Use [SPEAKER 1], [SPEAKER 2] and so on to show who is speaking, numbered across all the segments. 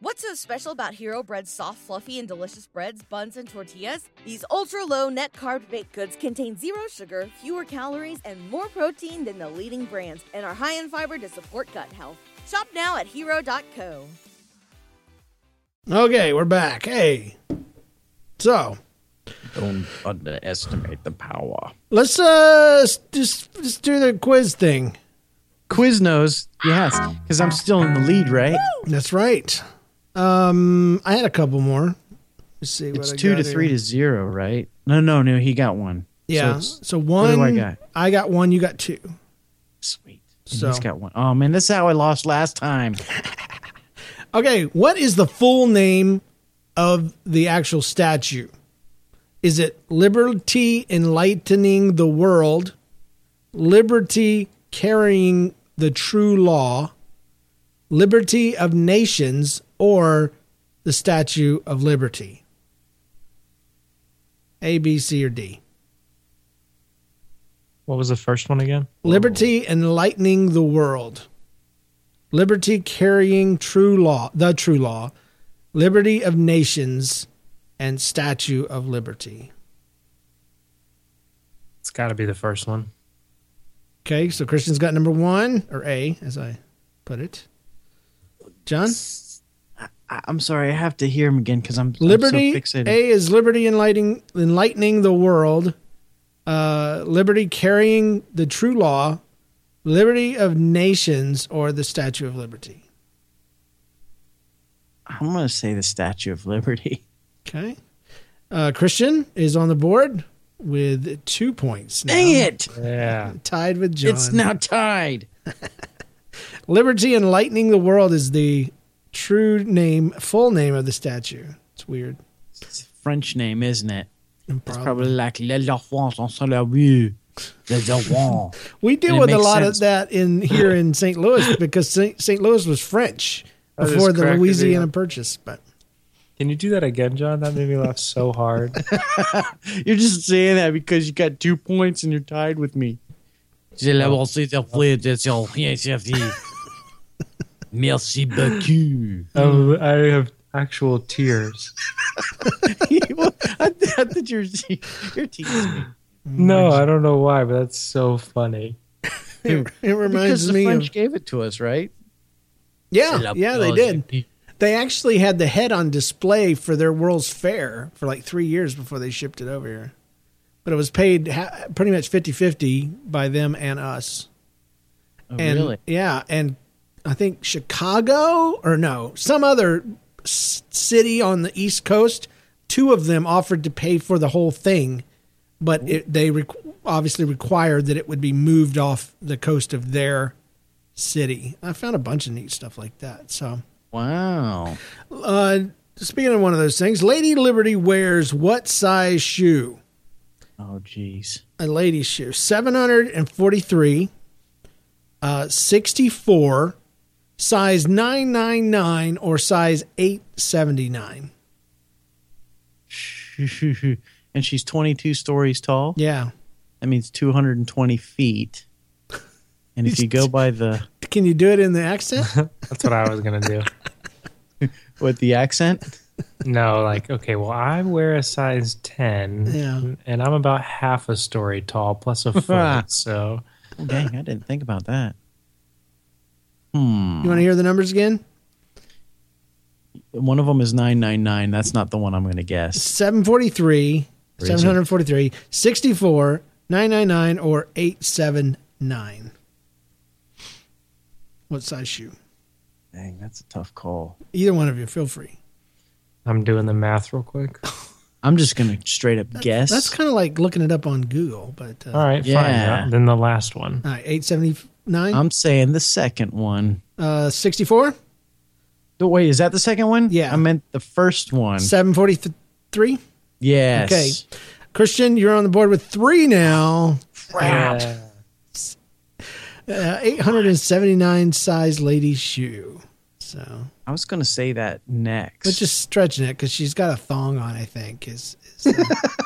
[SPEAKER 1] What's so special about Hero Bread's soft, fluffy, and delicious breads, buns, and tortillas? These ultra low net carb baked goods contain zero sugar, fewer calories, and more protein than the leading brands, and are high in fiber to support gut health. Shop now at hero.co.
[SPEAKER 2] Okay, we're back. Hey. So,
[SPEAKER 3] Don't underestimate the power.
[SPEAKER 2] let's uh s- just just do the quiz thing.
[SPEAKER 3] Quiznos, yes, because I'm still in the lead, right?
[SPEAKER 2] That's right. Um I had a couple more. Let's see what
[SPEAKER 3] It's
[SPEAKER 2] I
[SPEAKER 3] two to
[SPEAKER 2] got
[SPEAKER 3] three
[SPEAKER 2] here.
[SPEAKER 3] to zero, right? No, no, no. He got one.
[SPEAKER 2] Yeah.
[SPEAKER 3] So
[SPEAKER 2] So,
[SPEAKER 3] it's-
[SPEAKER 2] one
[SPEAKER 3] do I got?
[SPEAKER 2] I got one, you got two.
[SPEAKER 3] sweet. And
[SPEAKER 2] So-
[SPEAKER 3] He's got one. Oh man, this is how I lost last time.
[SPEAKER 2] Okay, what is the full name of the actual statue? Is it Liberty Enlightening the World, Liberty Carrying the True Law, Liberty of Nations, or the Statue of Liberty? A, B, C, or D.
[SPEAKER 4] What was the first one again?
[SPEAKER 2] Liberty enlightening the world. Liberty carrying true law, the true law, liberty of nations, and statue of liberty.
[SPEAKER 4] It's got to be the first one.
[SPEAKER 2] Okay, so Christian's got number one, or A, as I put it. John?
[SPEAKER 3] I, I'm sorry, I have to hear him again because I'm I'm so
[SPEAKER 2] Liberty
[SPEAKER 3] fixated.
[SPEAKER 2] A is liberty enlightening enlightening the world. Uh, liberty carrying the true law, liberty of nations, or the Statue of Liberty.
[SPEAKER 3] I'm gonna say the Statue of Liberty.
[SPEAKER 2] Okay. Uh, Christian is on the board with two points. Now,
[SPEAKER 3] Dang it!
[SPEAKER 4] Yeah.
[SPEAKER 2] Tied with John.
[SPEAKER 3] It's now tied.
[SPEAKER 2] Liberty Enlightening the World is the true name, full name of the statue. It's weird.
[SPEAKER 3] It's a French name, isn't it? It's
[SPEAKER 2] Probably.
[SPEAKER 3] probably like Le Lafon sans la rue. Le Lafon.
[SPEAKER 2] We deal
[SPEAKER 3] it
[SPEAKER 2] with a
[SPEAKER 3] makes
[SPEAKER 2] lot
[SPEAKER 3] sense.
[SPEAKER 2] of that in here in St. Louis because St. St. Louis was French
[SPEAKER 4] That is
[SPEAKER 2] before the
[SPEAKER 4] correct,
[SPEAKER 2] Louisiana
[SPEAKER 4] yeah.
[SPEAKER 2] Purchase. But
[SPEAKER 4] Can you do that again, John? That made me laugh so hard.
[SPEAKER 3] You're just saying that because you got two points and you're tied with me. Je l'ai avancé de plus de son rien servi. Merci beaucoup.
[SPEAKER 4] Um, I have actual tears.
[SPEAKER 3] I, th- I thought you're, you're teasing me.
[SPEAKER 4] No, I don't know why, but that's so funny.
[SPEAKER 2] it, it
[SPEAKER 3] Because
[SPEAKER 2] reminds
[SPEAKER 3] the
[SPEAKER 2] me
[SPEAKER 3] French
[SPEAKER 2] of
[SPEAKER 3] gave it to us, right?
[SPEAKER 2] yeah, yeah, they did. They actually had the head on display for their World's Fair for like three years before they shipped it over here. But it was paid ha- pretty much 50 50 by them and us.
[SPEAKER 3] Oh,
[SPEAKER 2] And,
[SPEAKER 3] really?
[SPEAKER 2] Yeah. And I think Chicago or no, some other s- city on the East Coast, two of them offered to pay for the whole thing. But it, they requ obviously required that it would be moved off the coast of their city. I found a bunch of neat stuff like that. So.
[SPEAKER 3] Wow.
[SPEAKER 2] Uh, speaking of one of those things, Lady Liberty wears what size shoe?
[SPEAKER 3] Oh, jeez.
[SPEAKER 2] A lady's shoe. 743, uh, 64, size 999, or size 879.
[SPEAKER 3] and she's 22 stories tall.
[SPEAKER 2] Yeah.
[SPEAKER 3] That means 220 feet. And if you go by the
[SPEAKER 2] Can you do it in the accent?
[SPEAKER 4] That's what I was gonna do.
[SPEAKER 3] what the accent,
[SPEAKER 4] No, like okay, well, I wear a size ten,
[SPEAKER 2] Yeah.
[SPEAKER 4] and I'm about half a story tall, plus a foot. so
[SPEAKER 3] oh, dang, I didn't think about that. Hmm.
[SPEAKER 2] you want to hear the numbers again?
[SPEAKER 3] One of them is 999. That's not the one I'm going to guess.
[SPEAKER 2] 743,
[SPEAKER 3] Crazy.
[SPEAKER 2] 743, 64, 999, or 879. What size shoe?
[SPEAKER 3] Dang, that's a tough call.
[SPEAKER 2] Either one of you, feel free.
[SPEAKER 4] I'm doing the math real quick.
[SPEAKER 3] I'm just going to straight up guess.
[SPEAKER 2] That's kind of like looking it up on Google, but uh,
[SPEAKER 4] All right, fine.
[SPEAKER 3] Yeah.
[SPEAKER 4] yeah. Then the last one.
[SPEAKER 2] all right,
[SPEAKER 4] Um,
[SPEAKER 2] 879,
[SPEAKER 3] I'm saying the second one.
[SPEAKER 2] uh, 64,
[SPEAKER 3] Oh, Wait, is that the second one?
[SPEAKER 2] Yeah.
[SPEAKER 3] I meant the first one.
[SPEAKER 2] 743.
[SPEAKER 3] Yes.
[SPEAKER 2] Okay. Christian, you're on the board with three now.
[SPEAKER 4] Yeah.
[SPEAKER 2] Uh, 879 size lady shoe. So,
[SPEAKER 3] I was going to say that next.
[SPEAKER 2] but just stretching it because she's got a thong on, I think. Is, is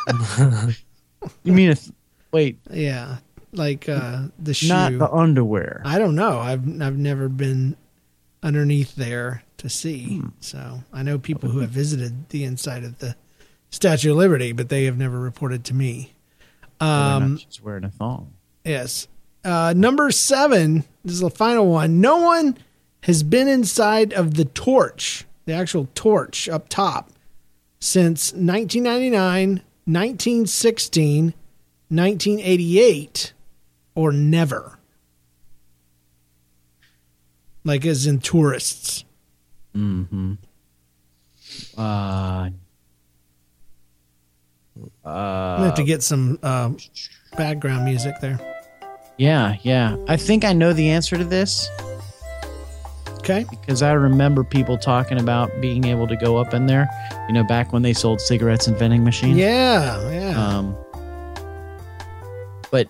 [SPEAKER 2] uh,
[SPEAKER 3] you mean, a th- wait,
[SPEAKER 2] yeah, like uh, the shoe.
[SPEAKER 3] not the underwear.
[SPEAKER 2] I don't know. I've I've never been underneath there to see. So I know people who have visited the inside of the Statue of Liberty, but they have never reported to me.
[SPEAKER 3] Um, she's wearing a thong.
[SPEAKER 2] Yes. Uh, number seven, this is the final one. No one has been inside of the torch, the actual torch up top, since 1999, 1916, 1988, or never. Like, as in tourists.
[SPEAKER 3] Mm-hmm. Uh,
[SPEAKER 2] I'm
[SPEAKER 3] Uh,
[SPEAKER 2] gonna have to get some um background music there.
[SPEAKER 3] yeah, yeah. I think I know the answer to this
[SPEAKER 2] Okay.
[SPEAKER 3] because I remember people talking about being able to go up in there. You know, back when they sold cigarettes and vending machines.
[SPEAKER 2] Yeah, yeah.
[SPEAKER 3] Um, but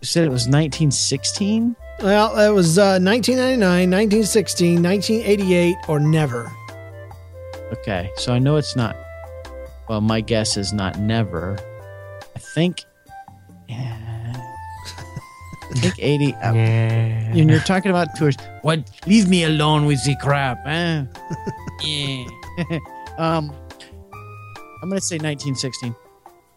[SPEAKER 3] you said it was 1916.
[SPEAKER 2] Well, that was uh, 1999, 1916, 1988, or never.
[SPEAKER 3] Okay, so I know it's not. Well, my guess is not never. I think. Yeah. I think 80. uh,
[SPEAKER 4] Yeah.
[SPEAKER 3] And you're talking about tourists.
[SPEAKER 4] What? Leave me alone with the crap, eh?
[SPEAKER 3] Yeah. um, I'm going to say 1916.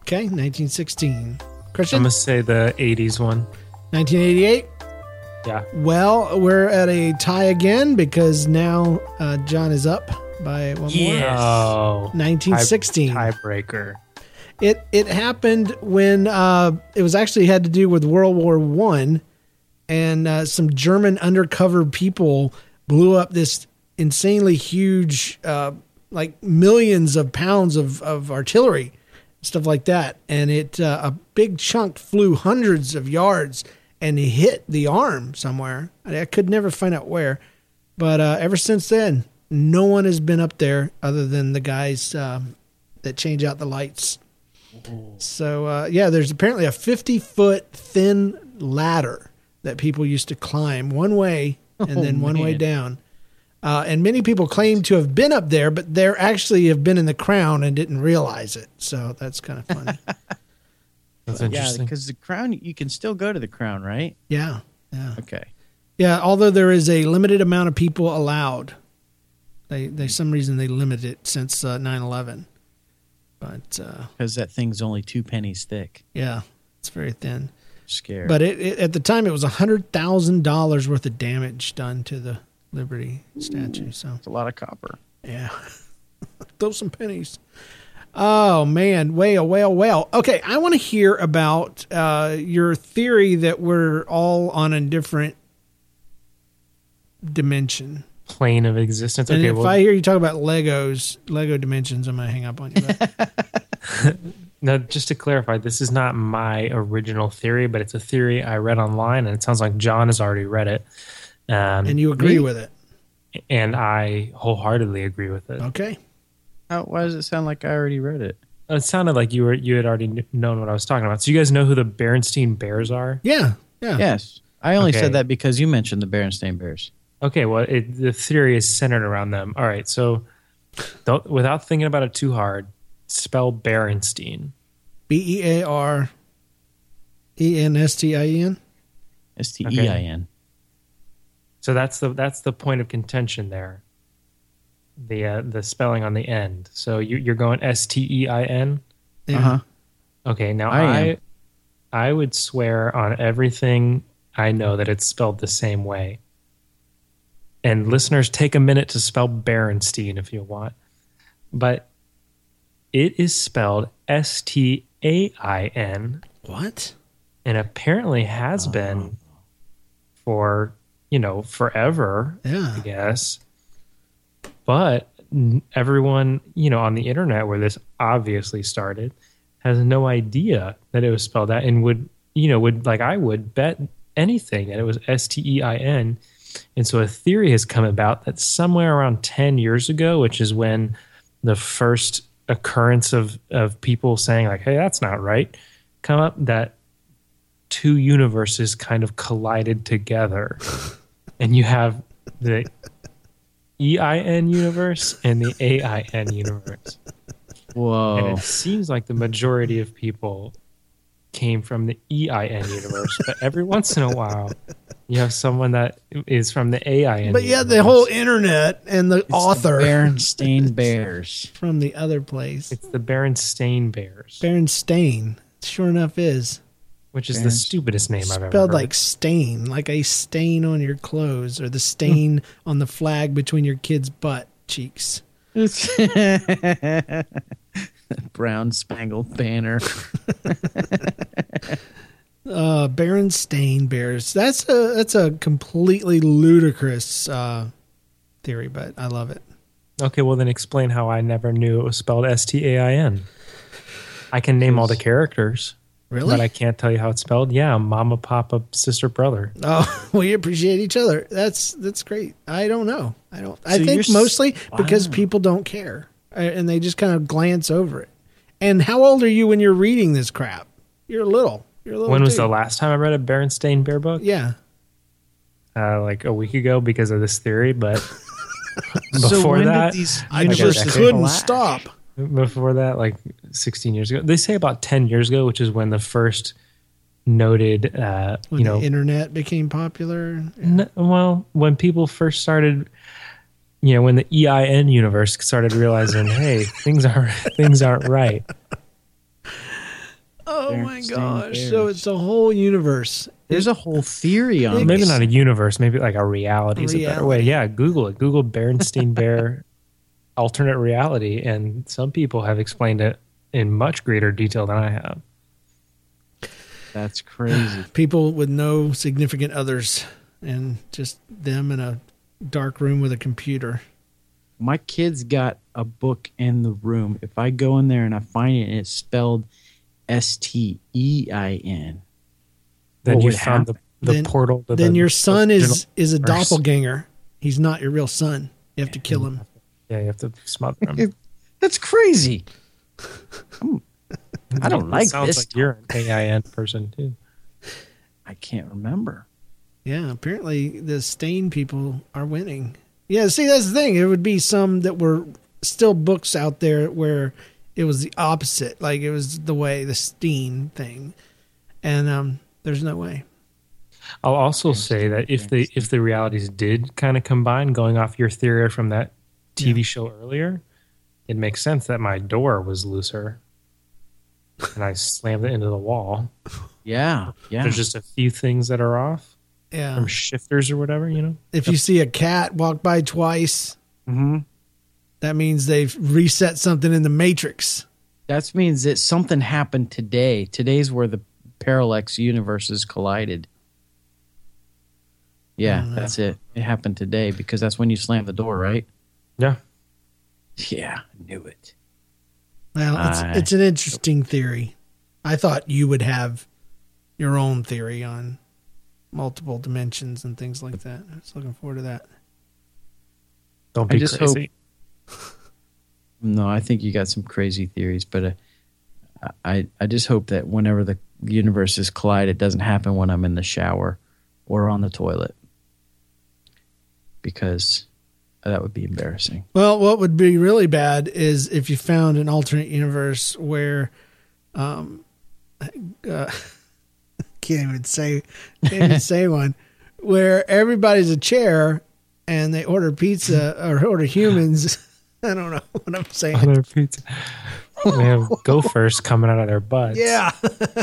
[SPEAKER 2] Okay, 1916.
[SPEAKER 4] I'm
[SPEAKER 2] Christian,
[SPEAKER 4] gonna say the '80s one.
[SPEAKER 2] 1988.
[SPEAKER 4] Yeah.
[SPEAKER 2] Well, we're at a tie again because now uh, John is up by one more.
[SPEAKER 4] Yes. Oh.
[SPEAKER 2] 1916.
[SPEAKER 4] Tie- tiebreaker.
[SPEAKER 2] It it happened when uh, it was actually had to do with World War One, and uh, some German undercover people blew up this insanely huge, uh, like millions of pounds of of artillery, stuff like that, and it uh, a big chunk flew hundreds of yards and hit the arm somewhere. I, I could never find out where, but uh, ever since then, no one has been up there other than the guys um, that change out the lights. So uh, yeah, there's apparently a 50 foot thin ladder that people used to climb one way and
[SPEAKER 3] Oh,
[SPEAKER 2] then one way
[SPEAKER 3] man.
[SPEAKER 2] down. Uh, and many people claim to have been up there, but they actually have been in the crown and didn't realize it. So that's kind of funny.
[SPEAKER 4] That's
[SPEAKER 3] Yeah,
[SPEAKER 4] interesting.
[SPEAKER 3] because the crown, you can still go to the crown, right?
[SPEAKER 2] yeah, yeah,
[SPEAKER 3] Okay.
[SPEAKER 2] yeah. Although there is a limited amount of people allowed, they they some reason they limit it since uh, 9/11. But uh,
[SPEAKER 3] Because that thing's only two pennies thick.
[SPEAKER 2] yeah, it's very thin.
[SPEAKER 3] Scared.
[SPEAKER 2] But it, it, at the time, it was hundred thousand dollars worth of damage done to the Liberty statue. So
[SPEAKER 3] it's a lot of copper.
[SPEAKER 2] yeah, throw some pennies. Oh man, well, well, well. Okay, I want to hear about uh, your theory that we're all on a different dimension.
[SPEAKER 4] Plane of existence.
[SPEAKER 2] and
[SPEAKER 4] Okay.
[SPEAKER 2] if
[SPEAKER 4] Well,
[SPEAKER 2] I hear you talk about Legos, Lego dimensions, I'm gonna hang up on you. But
[SPEAKER 4] now just to clarify, this is not my original theory, but it's a theory I read online, and it sounds like John has already read it. Um,
[SPEAKER 2] and you agree with it,
[SPEAKER 4] and I wholeheartedly agree with it.
[SPEAKER 2] okay?
[SPEAKER 3] How, why does it sound like I already read it?
[SPEAKER 4] It sounded like you were you had already kn- known what I was talking about. So you guys know who the Berenstein Bears are?
[SPEAKER 2] Yeah, yeah,
[SPEAKER 3] Yes. I only
[SPEAKER 4] Okay.
[SPEAKER 3] said that because you mentioned the Berenstain Bears.
[SPEAKER 4] Okay, well, it, the theory is centered around them. All right, so don't, without thinking about it too hard, spell Berenstein.
[SPEAKER 2] B e a r e n s t i e n.
[SPEAKER 3] S T E I N.
[SPEAKER 4] So that's the that's the point of contention there. The uh, the spelling on the end. So you, you're going S T E I N.
[SPEAKER 2] Yeah.
[SPEAKER 3] Uh-huh.
[SPEAKER 4] Okay, now
[SPEAKER 3] I
[SPEAKER 4] I
[SPEAKER 3] am.
[SPEAKER 4] I, would swear on everything I know that it's spelled the same way. And listeners, take a minute to spell Berenstein if you want, but it is spelled S T A I N
[SPEAKER 2] What?
[SPEAKER 4] and apparently has
[SPEAKER 3] Uh-huh.
[SPEAKER 4] been for you know forever
[SPEAKER 2] Yeah.
[SPEAKER 4] i guess but n- everyone you know on the internet where this obviously started has no idea that it was spelled out and would you know would like i would bet anything that it was s-t-e-i-n and so a theory has come about that somewhere around 10 years ago which is when the first occurrence of of people saying like hey that's not right come up that two universes kind of collided together and you have the EIN E universe and the AIN universe. And
[SPEAKER 3] Whoa.
[SPEAKER 4] it seems like the majority of E people came from the EIN universe, but every once in a while, You have someone that is from the AI.
[SPEAKER 2] But yeah, the whole internet and the author
[SPEAKER 3] Berenstain Bears.
[SPEAKER 2] from the other place,
[SPEAKER 4] It's the Berenstain Bears,
[SPEAKER 2] Berenstain, sure enough is
[SPEAKER 4] which is the
[SPEAKER 3] Berens-
[SPEAKER 4] stupidest name I've ever
[SPEAKER 2] spelled
[SPEAKER 4] heard.
[SPEAKER 2] like stain, like a stain on your clothes or the stain on the flag between your kid's butt cheeks.
[SPEAKER 3] Brown spangled banner.
[SPEAKER 2] Uh, Berenstain Bears. That's a that's a completely ludicrous uh, theory, but I love it.
[SPEAKER 4] Okay, well then explain how I never knew it was spelled S T A I N. I can name all the characters,
[SPEAKER 2] Really?
[SPEAKER 4] but I can't tell you how it's spelled. Yeah, mama, papa, sister, brother.
[SPEAKER 2] Oh, we appreciate each other. That's that's great. I don't know. I don't. I
[SPEAKER 3] So you're
[SPEAKER 2] think
[SPEAKER 3] s-
[SPEAKER 2] mostly because
[SPEAKER 3] Wow.
[SPEAKER 2] people don't care uh, and they just kind of glance over it. And how old are you when you're reading this crap? You're little. You're a little.
[SPEAKER 4] When was
[SPEAKER 2] dude.
[SPEAKER 4] the last time I read a Berenstain Bear book?
[SPEAKER 2] Yeah.
[SPEAKER 4] Uh, like a week ago because of this theory, but
[SPEAKER 3] so
[SPEAKER 4] before
[SPEAKER 3] when
[SPEAKER 4] that,
[SPEAKER 3] did these
[SPEAKER 2] I
[SPEAKER 4] guess
[SPEAKER 2] just
[SPEAKER 4] that
[SPEAKER 3] universes
[SPEAKER 4] could
[SPEAKER 2] couldn't
[SPEAKER 3] collide?
[SPEAKER 2] stop.
[SPEAKER 4] before that, like 16 years ago, they say about 10 years ago, which is when the first noted, uh,
[SPEAKER 2] When
[SPEAKER 4] you know,
[SPEAKER 2] the internet became popular.
[SPEAKER 4] N well, when people first started, you know, when the EIN universe started realizing, hey, things aren't things aren't right.
[SPEAKER 2] Oh my
[SPEAKER 3] Berenstain
[SPEAKER 2] gosh!
[SPEAKER 3] Bears.
[SPEAKER 2] So it's a whole universe.
[SPEAKER 3] There's a whole theory on
[SPEAKER 4] Maybe
[SPEAKER 3] this.
[SPEAKER 4] not e- a universe, maybe like a reality is a better way.
[SPEAKER 2] Reality.
[SPEAKER 4] Yeah, Google it. Google Berenstein Bear alternate reality, and some people have explained it in much greater detail than I have.
[SPEAKER 3] That's crazy.
[SPEAKER 2] People with no significant others and just them in a dark room with a computer.
[SPEAKER 3] My kid's got a book in the room. If I go in there and I find it and it's spelled S T E I N,
[SPEAKER 4] Then
[SPEAKER 3] What
[SPEAKER 4] you
[SPEAKER 3] would
[SPEAKER 4] found the, the
[SPEAKER 2] Then-
[SPEAKER 4] portal. To
[SPEAKER 2] then
[SPEAKER 4] the
[SPEAKER 2] your son is
[SPEAKER 4] original-
[SPEAKER 2] is a
[SPEAKER 4] verse.
[SPEAKER 2] doppelganger. He's not your real son. You have to kill him.
[SPEAKER 4] Yeah, you have to smother him.
[SPEAKER 3] that's crazy. I'm- I don't
[SPEAKER 4] It
[SPEAKER 3] like
[SPEAKER 4] sounds
[SPEAKER 3] this.
[SPEAKER 4] Like you're an AIN person too.
[SPEAKER 3] I can't remember.
[SPEAKER 2] Yeah, apparently the stain people are winning. Yeah, see that's the thing. It would be some that were still books out there where it was the opposite. Like it was the way the stain thing. And um there's no way.
[SPEAKER 4] I'll also say that if the if the realities did kind of combine, going off your theory from that TV show earlier, it makes sense that my door was looser, and I slammed it into the wall.
[SPEAKER 3] Yeah, yeah.
[SPEAKER 4] There's just a few things that are off
[SPEAKER 2] Yeah.
[SPEAKER 4] from shifters or whatever, you know.
[SPEAKER 2] If you see a cat walk by twice,
[SPEAKER 4] Mm-hmm.
[SPEAKER 3] hmm
[SPEAKER 2] that means they've reset something in the matrix.
[SPEAKER 3] That means that something happened today. Today's where the parallax universes collided. Yeah, that's it. It happened today because that's when you slam the door, right?
[SPEAKER 4] Yeah,
[SPEAKER 3] Yeah, I knew it.
[SPEAKER 2] Well, it's
[SPEAKER 3] I-
[SPEAKER 2] it's an interesting theory. I thought you would have your own theory on multiple dimensions and things like that. I was looking forward to that.
[SPEAKER 4] don't
[SPEAKER 3] I
[SPEAKER 4] be
[SPEAKER 3] just
[SPEAKER 4] crazy.
[SPEAKER 3] No, I think you got some crazy theories, but uh, I I just hope that whenever the universes collide, it doesn't happen when I'm in the shower or on the toilet because that would be embarrassing.
[SPEAKER 2] Well, what would be really bad is if you found an alternate universe where, um, uh, can't even say, can't even say one, where everybody's a chair and they order pizza or order humans. I don't know what I'm saying.
[SPEAKER 4] Other pizza. They have gophers coming out of their butts.
[SPEAKER 2] Yeah.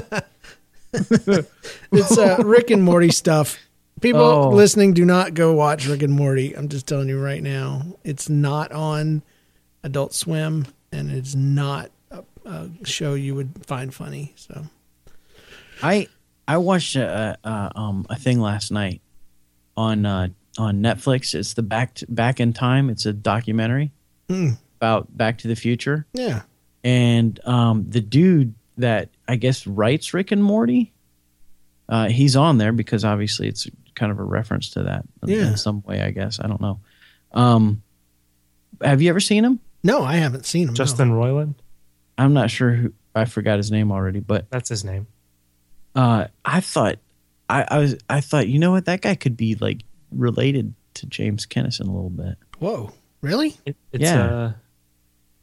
[SPEAKER 2] it's uh, Rick and Morty stuff. People
[SPEAKER 3] Oh.
[SPEAKER 2] listening, do not go watch Rick and Morty. I'm just telling you right now. It's not on Adult Swim, and it's not a, a show you would find funny. So
[SPEAKER 3] I I watched a, a, a um a thing last night on uh, on Netflix. It's the back to, back in time. It's a documentary about Back to the Future,
[SPEAKER 2] yeah,
[SPEAKER 3] and um, the dude that I guess writes Rick and Morty, uh, he's on there because obviously it's kind of a reference to that in-
[SPEAKER 2] Yeah.
[SPEAKER 3] in some way. I guess I don't know. Um, have you ever seen him?
[SPEAKER 2] no, I haven't seen them.
[SPEAKER 4] Justin Roiland,
[SPEAKER 3] I'm not sure who. I forgot his name already, but
[SPEAKER 4] that's his name.
[SPEAKER 3] uh, I thought I, I was I thought you know what that guy could be like related to James Kennison a little bit.
[SPEAKER 2] whoa, really?
[SPEAKER 4] It, it's
[SPEAKER 3] Yeah.
[SPEAKER 4] uh,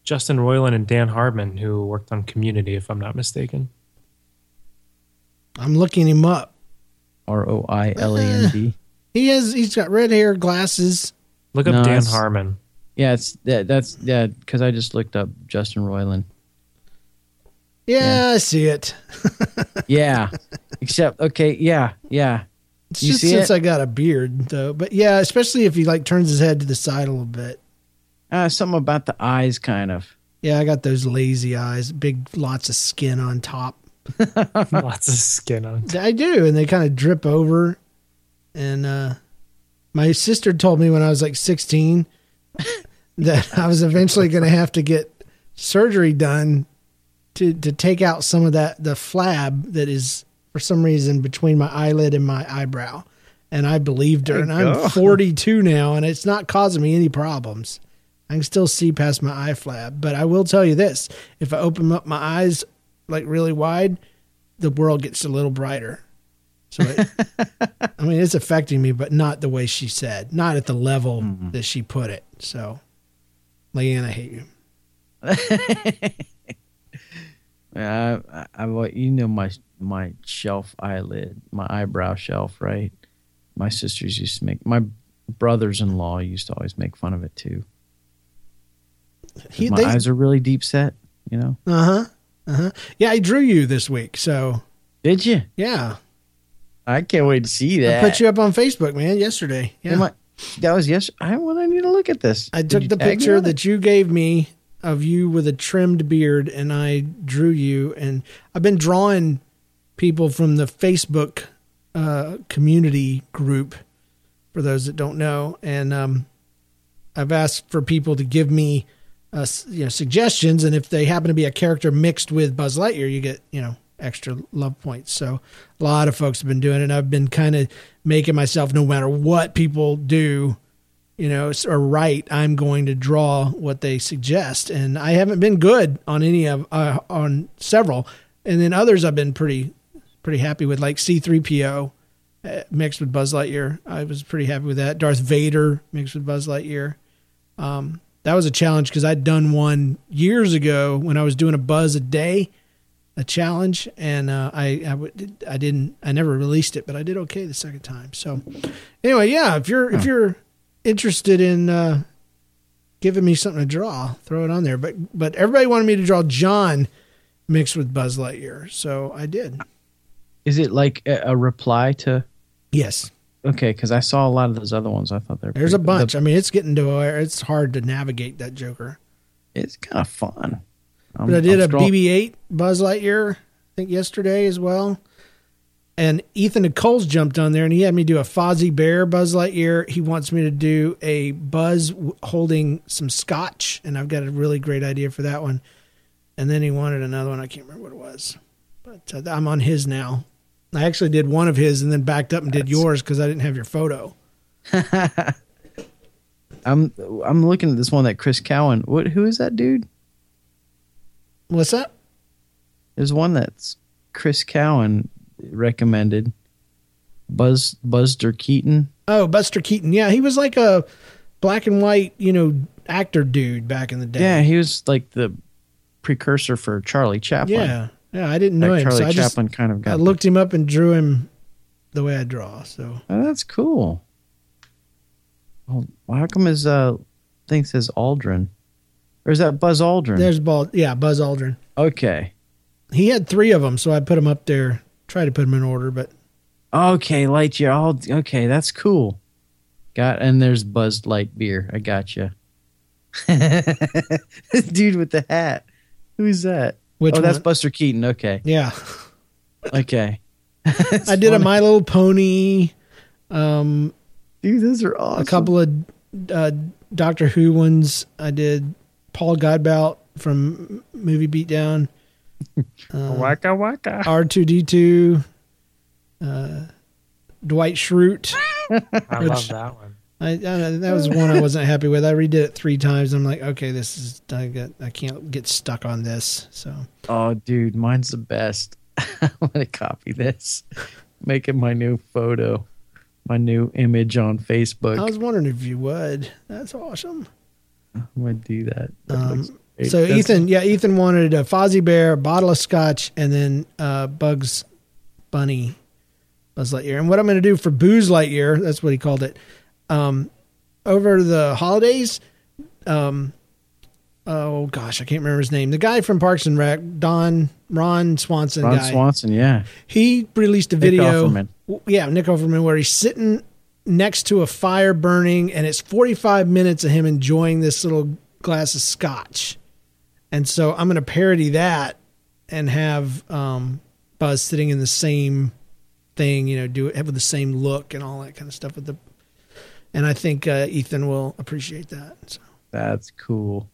[SPEAKER 4] Justin Roiland and Dan Hardman who worked on Community, if I'm not mistaken.
[SPEAKER 2] I'm looking him up.
[SPEAKER 3] R O I L A N D.
[SPEAKER 2] He has he's got red hair, glasses.
[SPEAKER 4] Look up
[SPEAKER 3] No,
[SPEAKER 4] Dan
[SPEAKER 3] it's-
[SPEAKER 4] Harmon.
[SPEAKER 3] Yeah, it's that, that's yeah. Because I just looked up Justin Roiland.
[SPEAKER 2] Yeah, I see it.
[SPEAKER 3] Yeah, except okay. Yeah, yeah.
[SPEAKER 2] It's
[SPEAKER 3] You
[SPEAKER 2] just
[SPEAKER 3] see
[SPEAKER 2] since
[SPEAKER 3] it?
[SPEAKER 2] I got a beard though. But yeah, especially if he like turns his head to the side a little bit.
[SPEAKER 3] Uh, something about the eyes, kind of.
[SPEAKER 2] Yeah, I got those lazy eyes, big lots of skin on top.
[SPEAKER 4] Lots of skin on.
[SPEAKER 2] I do, and they kind of drip over. And uh, my sister told me when I was like 16 that I was eventually going to have to get surgery done to to take out some of that the flab that is for some reason between my eyelid and my eyebrow. And I believed her. And I'm 42 now, and it's not causing me any problems. I can still see past my eye flab, but I will tell you this: if I open up my eyes like really wide, the world gets a little brighter. So, it, I mean, it's affecting me, but not the way she said, not at the level that she put it. So, Leanne, I hate you.
[SPEAKER 3] Uh, I, I, well, you know my my shelf eyelid, my eyebrow shelf, right? My sisters used to make my brothers-in-law used to always make fun of it too. 'Cause
[SPEAKER 2] He,
[SPEAKER 3] my
[SPEAKER 2] they, uh
[SPEAKER 3] eyes are really deep set, you know.
[SPEAKER 2] huh, uh huh. Yeah, I drew you this week, so
[SPEAKER 3] Did you?
[SPEAKER 2] yeah,
[SPEAKER 3] I can't wait to see that.
[SPEAKER 2] I put you up on Facebook, man, yesterday. Yeah,
[SPEAKER 3] Am I- that was yes. I well, I need to look at this.
[SPEAKER 2] I
[SPEAKER 3] Did
[SPEAKER 2] took
[SPEAKER 3] you
[SPEAKER 2] the
[SPEAKER 3] tag me
[SPEAKER 2] picture
[SPEAKER 3] on it?
[SPEAKER 2] that you gave me of you with a trimmed beard, and I drew you. And I've been drawing people from the Facebook uh, community group for those that don't know, and um, I've asked for people to give me uh, s- you know suggestions, and if they happen to be a character mixed with Buzz Lightyear, you get you know extra love points. So a lot of folks have been doing it. and I've been kind of making myself, no matter what people do, you know, s- or write, I'm going to draw what they suggest, and I haven't been good on any of uh, on several, and then others I've been pretty pretty happy with, like C3PO uh, mixed with Buzz Lightyear. I was pretty happy with that. Darth Vader mixed with Buzz Lightyear. Um, that was a challenge because I'd done one years ago when I was doing a buzz a day, a challenge, and uh, I I, w- I didn't I never released it, but I did okay the second time. So anyway, yeah, if you're if you're interested in uh, giving me something to draw, throw it on there. But but everybody wanted me to draw John mixed with Buzz Lightyear, so I did.
[SPEAKER 3] Is it like a, a reply to?
[SPEAKER 2] Yes.
[SPEAKER 3] Okay, because I saw a lot of those other ones. I thought they were
[SPEAKER 2] There's a
[SPEAKER 3] pretty good.
[SPEAKER 2] bunch. I mean, it's getting to where it's hard to navigate that Joker.
[SPEAKER 3] The- it's kind of fun. I'm-
[SPEAKER 2] But I did
[SPEAKER 3] I'm
[SPEAKER 2] a
[SPEAKER 3] scroll-
[SPEAKER 2] BB-8 Buzz Lightyear, I think yesterday as well. And Ethan Nicole's jumped on there, and he had me do a Fozzie Bear Buzz Lightyear. He wants me to do a Buzz w- holding some scotch, and I've got a really great idea for that one. And then he wanted another one. I can't remember what it was, but uh, I'm on his now. I actually did one of his, and then backed up and did yours because I didn't have your photo.
[SPEAKER 3] I'm I'm looking at this one that Chris Cowan. What? Who is that dude?
[SPEAKER 2] What's that?
[SPEAKER 3] There's one that's Chris Cowan recommended. Buzz Buzzer Keaton.
[SPEAKER 2] Oh, Buster Keaton. Yeah, he was like a black and white, you know, actor dude back in the day.
[SPEAKER 3] Yeah, he was like the precursor for Charlie Chaplin.
[SPEAKER 2] yeah, yeah. I didn't know
[SPEAKER 3] Like
[SPEAKER 2] him,
[SPEAKER 3] Charlie
[SPEAKER 2] so I just
[SPEAKER 3] Chaplin kind of got.
[SPEAKER 2] I looked him up and drew him the way I draw. So
[SPEAKER 3] Oh, that's cool. Oh, well, how come his uh, thing says Aldrin? Or is that Buzz Aldrin?
[SPEAKER 2] there's Bald. Yeah, Buzz Aldrin.
[SPEAKER 3] okay.
[SPEAKER 2] He had three of them, so I put him up there. Tried to put him in order, but
[SPEAKER 3] Okay, Lightyear. Ald- okay, that's cool. Got and there's Buzz Lightbeer. I got you. Dude with the hat. Who's that?
[SPEAKER 2] which
[SPEAKER 3] oh, that's
[SPEAKER 2] one?
[SPEAKER 3] Buster Keaton. Okay,
[SPEAKER 2] yeah.
[SPEAKER 3] okay.
[SPEAKER 2] I did a My Little Pony, um,
[SPEAKER 3] Dude, those are awesome.
[SPEAKER 2] a couple of uh, Doctor Who ones. I did Paul Godbout from Movie Beatdown.
[SPEAKER 4] waka waka.
[SPEAKER 2] R two D two, uh, Dwight Schrute.
[SPEAKER 4] I love that one.
[SPEAKER 2] I, I don't know, that was one I wasn't happy with. I redid it three times. I'm like, okay, this is I got I can't get stuck on this. So
[SPEAKER 3] Oh, dude, mine's the best. I'm gonna copy this, make it my new photo, my new image on Facebook.
[SPEAKER 2] I was wondering if you would. That's awesome.
[SPEAKER 3] I'm gonna do that. That looks great.
[SPEAKER 2] Um, So
[SPEAKER 3] That's-
[SPEAKER 2] Ethan, yeah, Ethan wanted a Fozzie Bear, a bottle of scotch, and then uh, Bugs Bunny Buzz Lightyear. And what I'm going to do for Booze Lightyear, that's what he called it, um, over the holidays, um, oh gosh, I can't remember his name. The guy from Parks and Rec, Don Ron Swanson
[SPEAKER 3] Ron
[SPEAKER 2] guy.
[SPEAKER 3] Swanson, yeah.
[SPEAKER 2] He released a video.
[SPEAKER 3] Offerman.
[SPEAKER 2] w- Yeah, Nick Offerman, where he's sitting next to a fire burning, and it's 45 minutes of him enjoying this little glass of scotch. And so I'm going to parody that and have um, Buzz sitting in the same thing, you know, do it with the same look and all that kind of stuff with the. And I think uh, Ethan will appreciate that. So,
[SPEAKER 3] That's cool.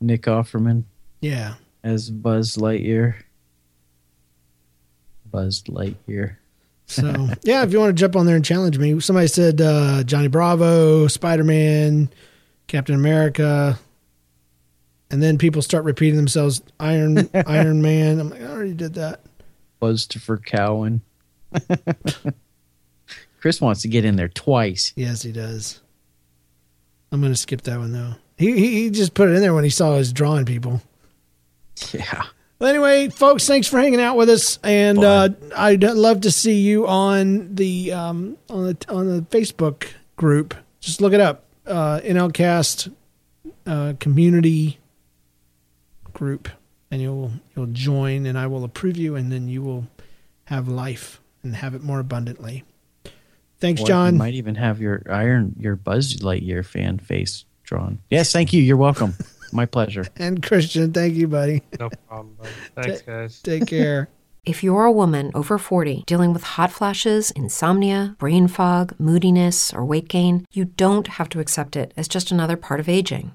[SPEAKER 3] Nick Offerman
[SPEAKER 2] yeah.
[SPEAKER 3] as Buzz Lightyear. Buzz Lightyear.
[SPEAKER 2] So yeah, if you want to jump on there and challenge me, somebody said uh, Johnny Bravo, Spider Man, Captain America, and then people start repeating themselves. Iron Iron Man. I'm like, I already did that.
[SPEAKER 3] Buzztopher Cowan. Chris wants to get in there twice.
[SPEAKER 2] Yes, he does. I'm gonna skip that one though. He he, he just put it in there when he saw us drawing people.
[SPEAKER 3] Yeah.
[SPEAKER 2] Well, anyway, folks, thanks for hanging out with us, and uh, I'd love to see you on the um, on the on the Facebook group. Just look it up, uh, NLCast uh, community group, and you'll you'll join, and I will approve you, and then you will have life and have it more abundantly. Thanks,
[SPEAKER 3] Or
[SPEAKER 2] John.
[SPEAKER 3] You might even have your iron your Buzz Lightyear fan face drawn. Yes, thank you. You're welcome. My pleasure.
[SPEAKER 2] and Christian. Thank you, buddy.
[SPEAKER 4] No problem. buddy. Thanks, guys.
[SPEAKER 2] Take care.
[SPEAKER 5] If you're a woman over 40 dealing with hot flashes, insomnia, brain fog, moodiness, or weight gain, you don't have to accept it as just another part of aging.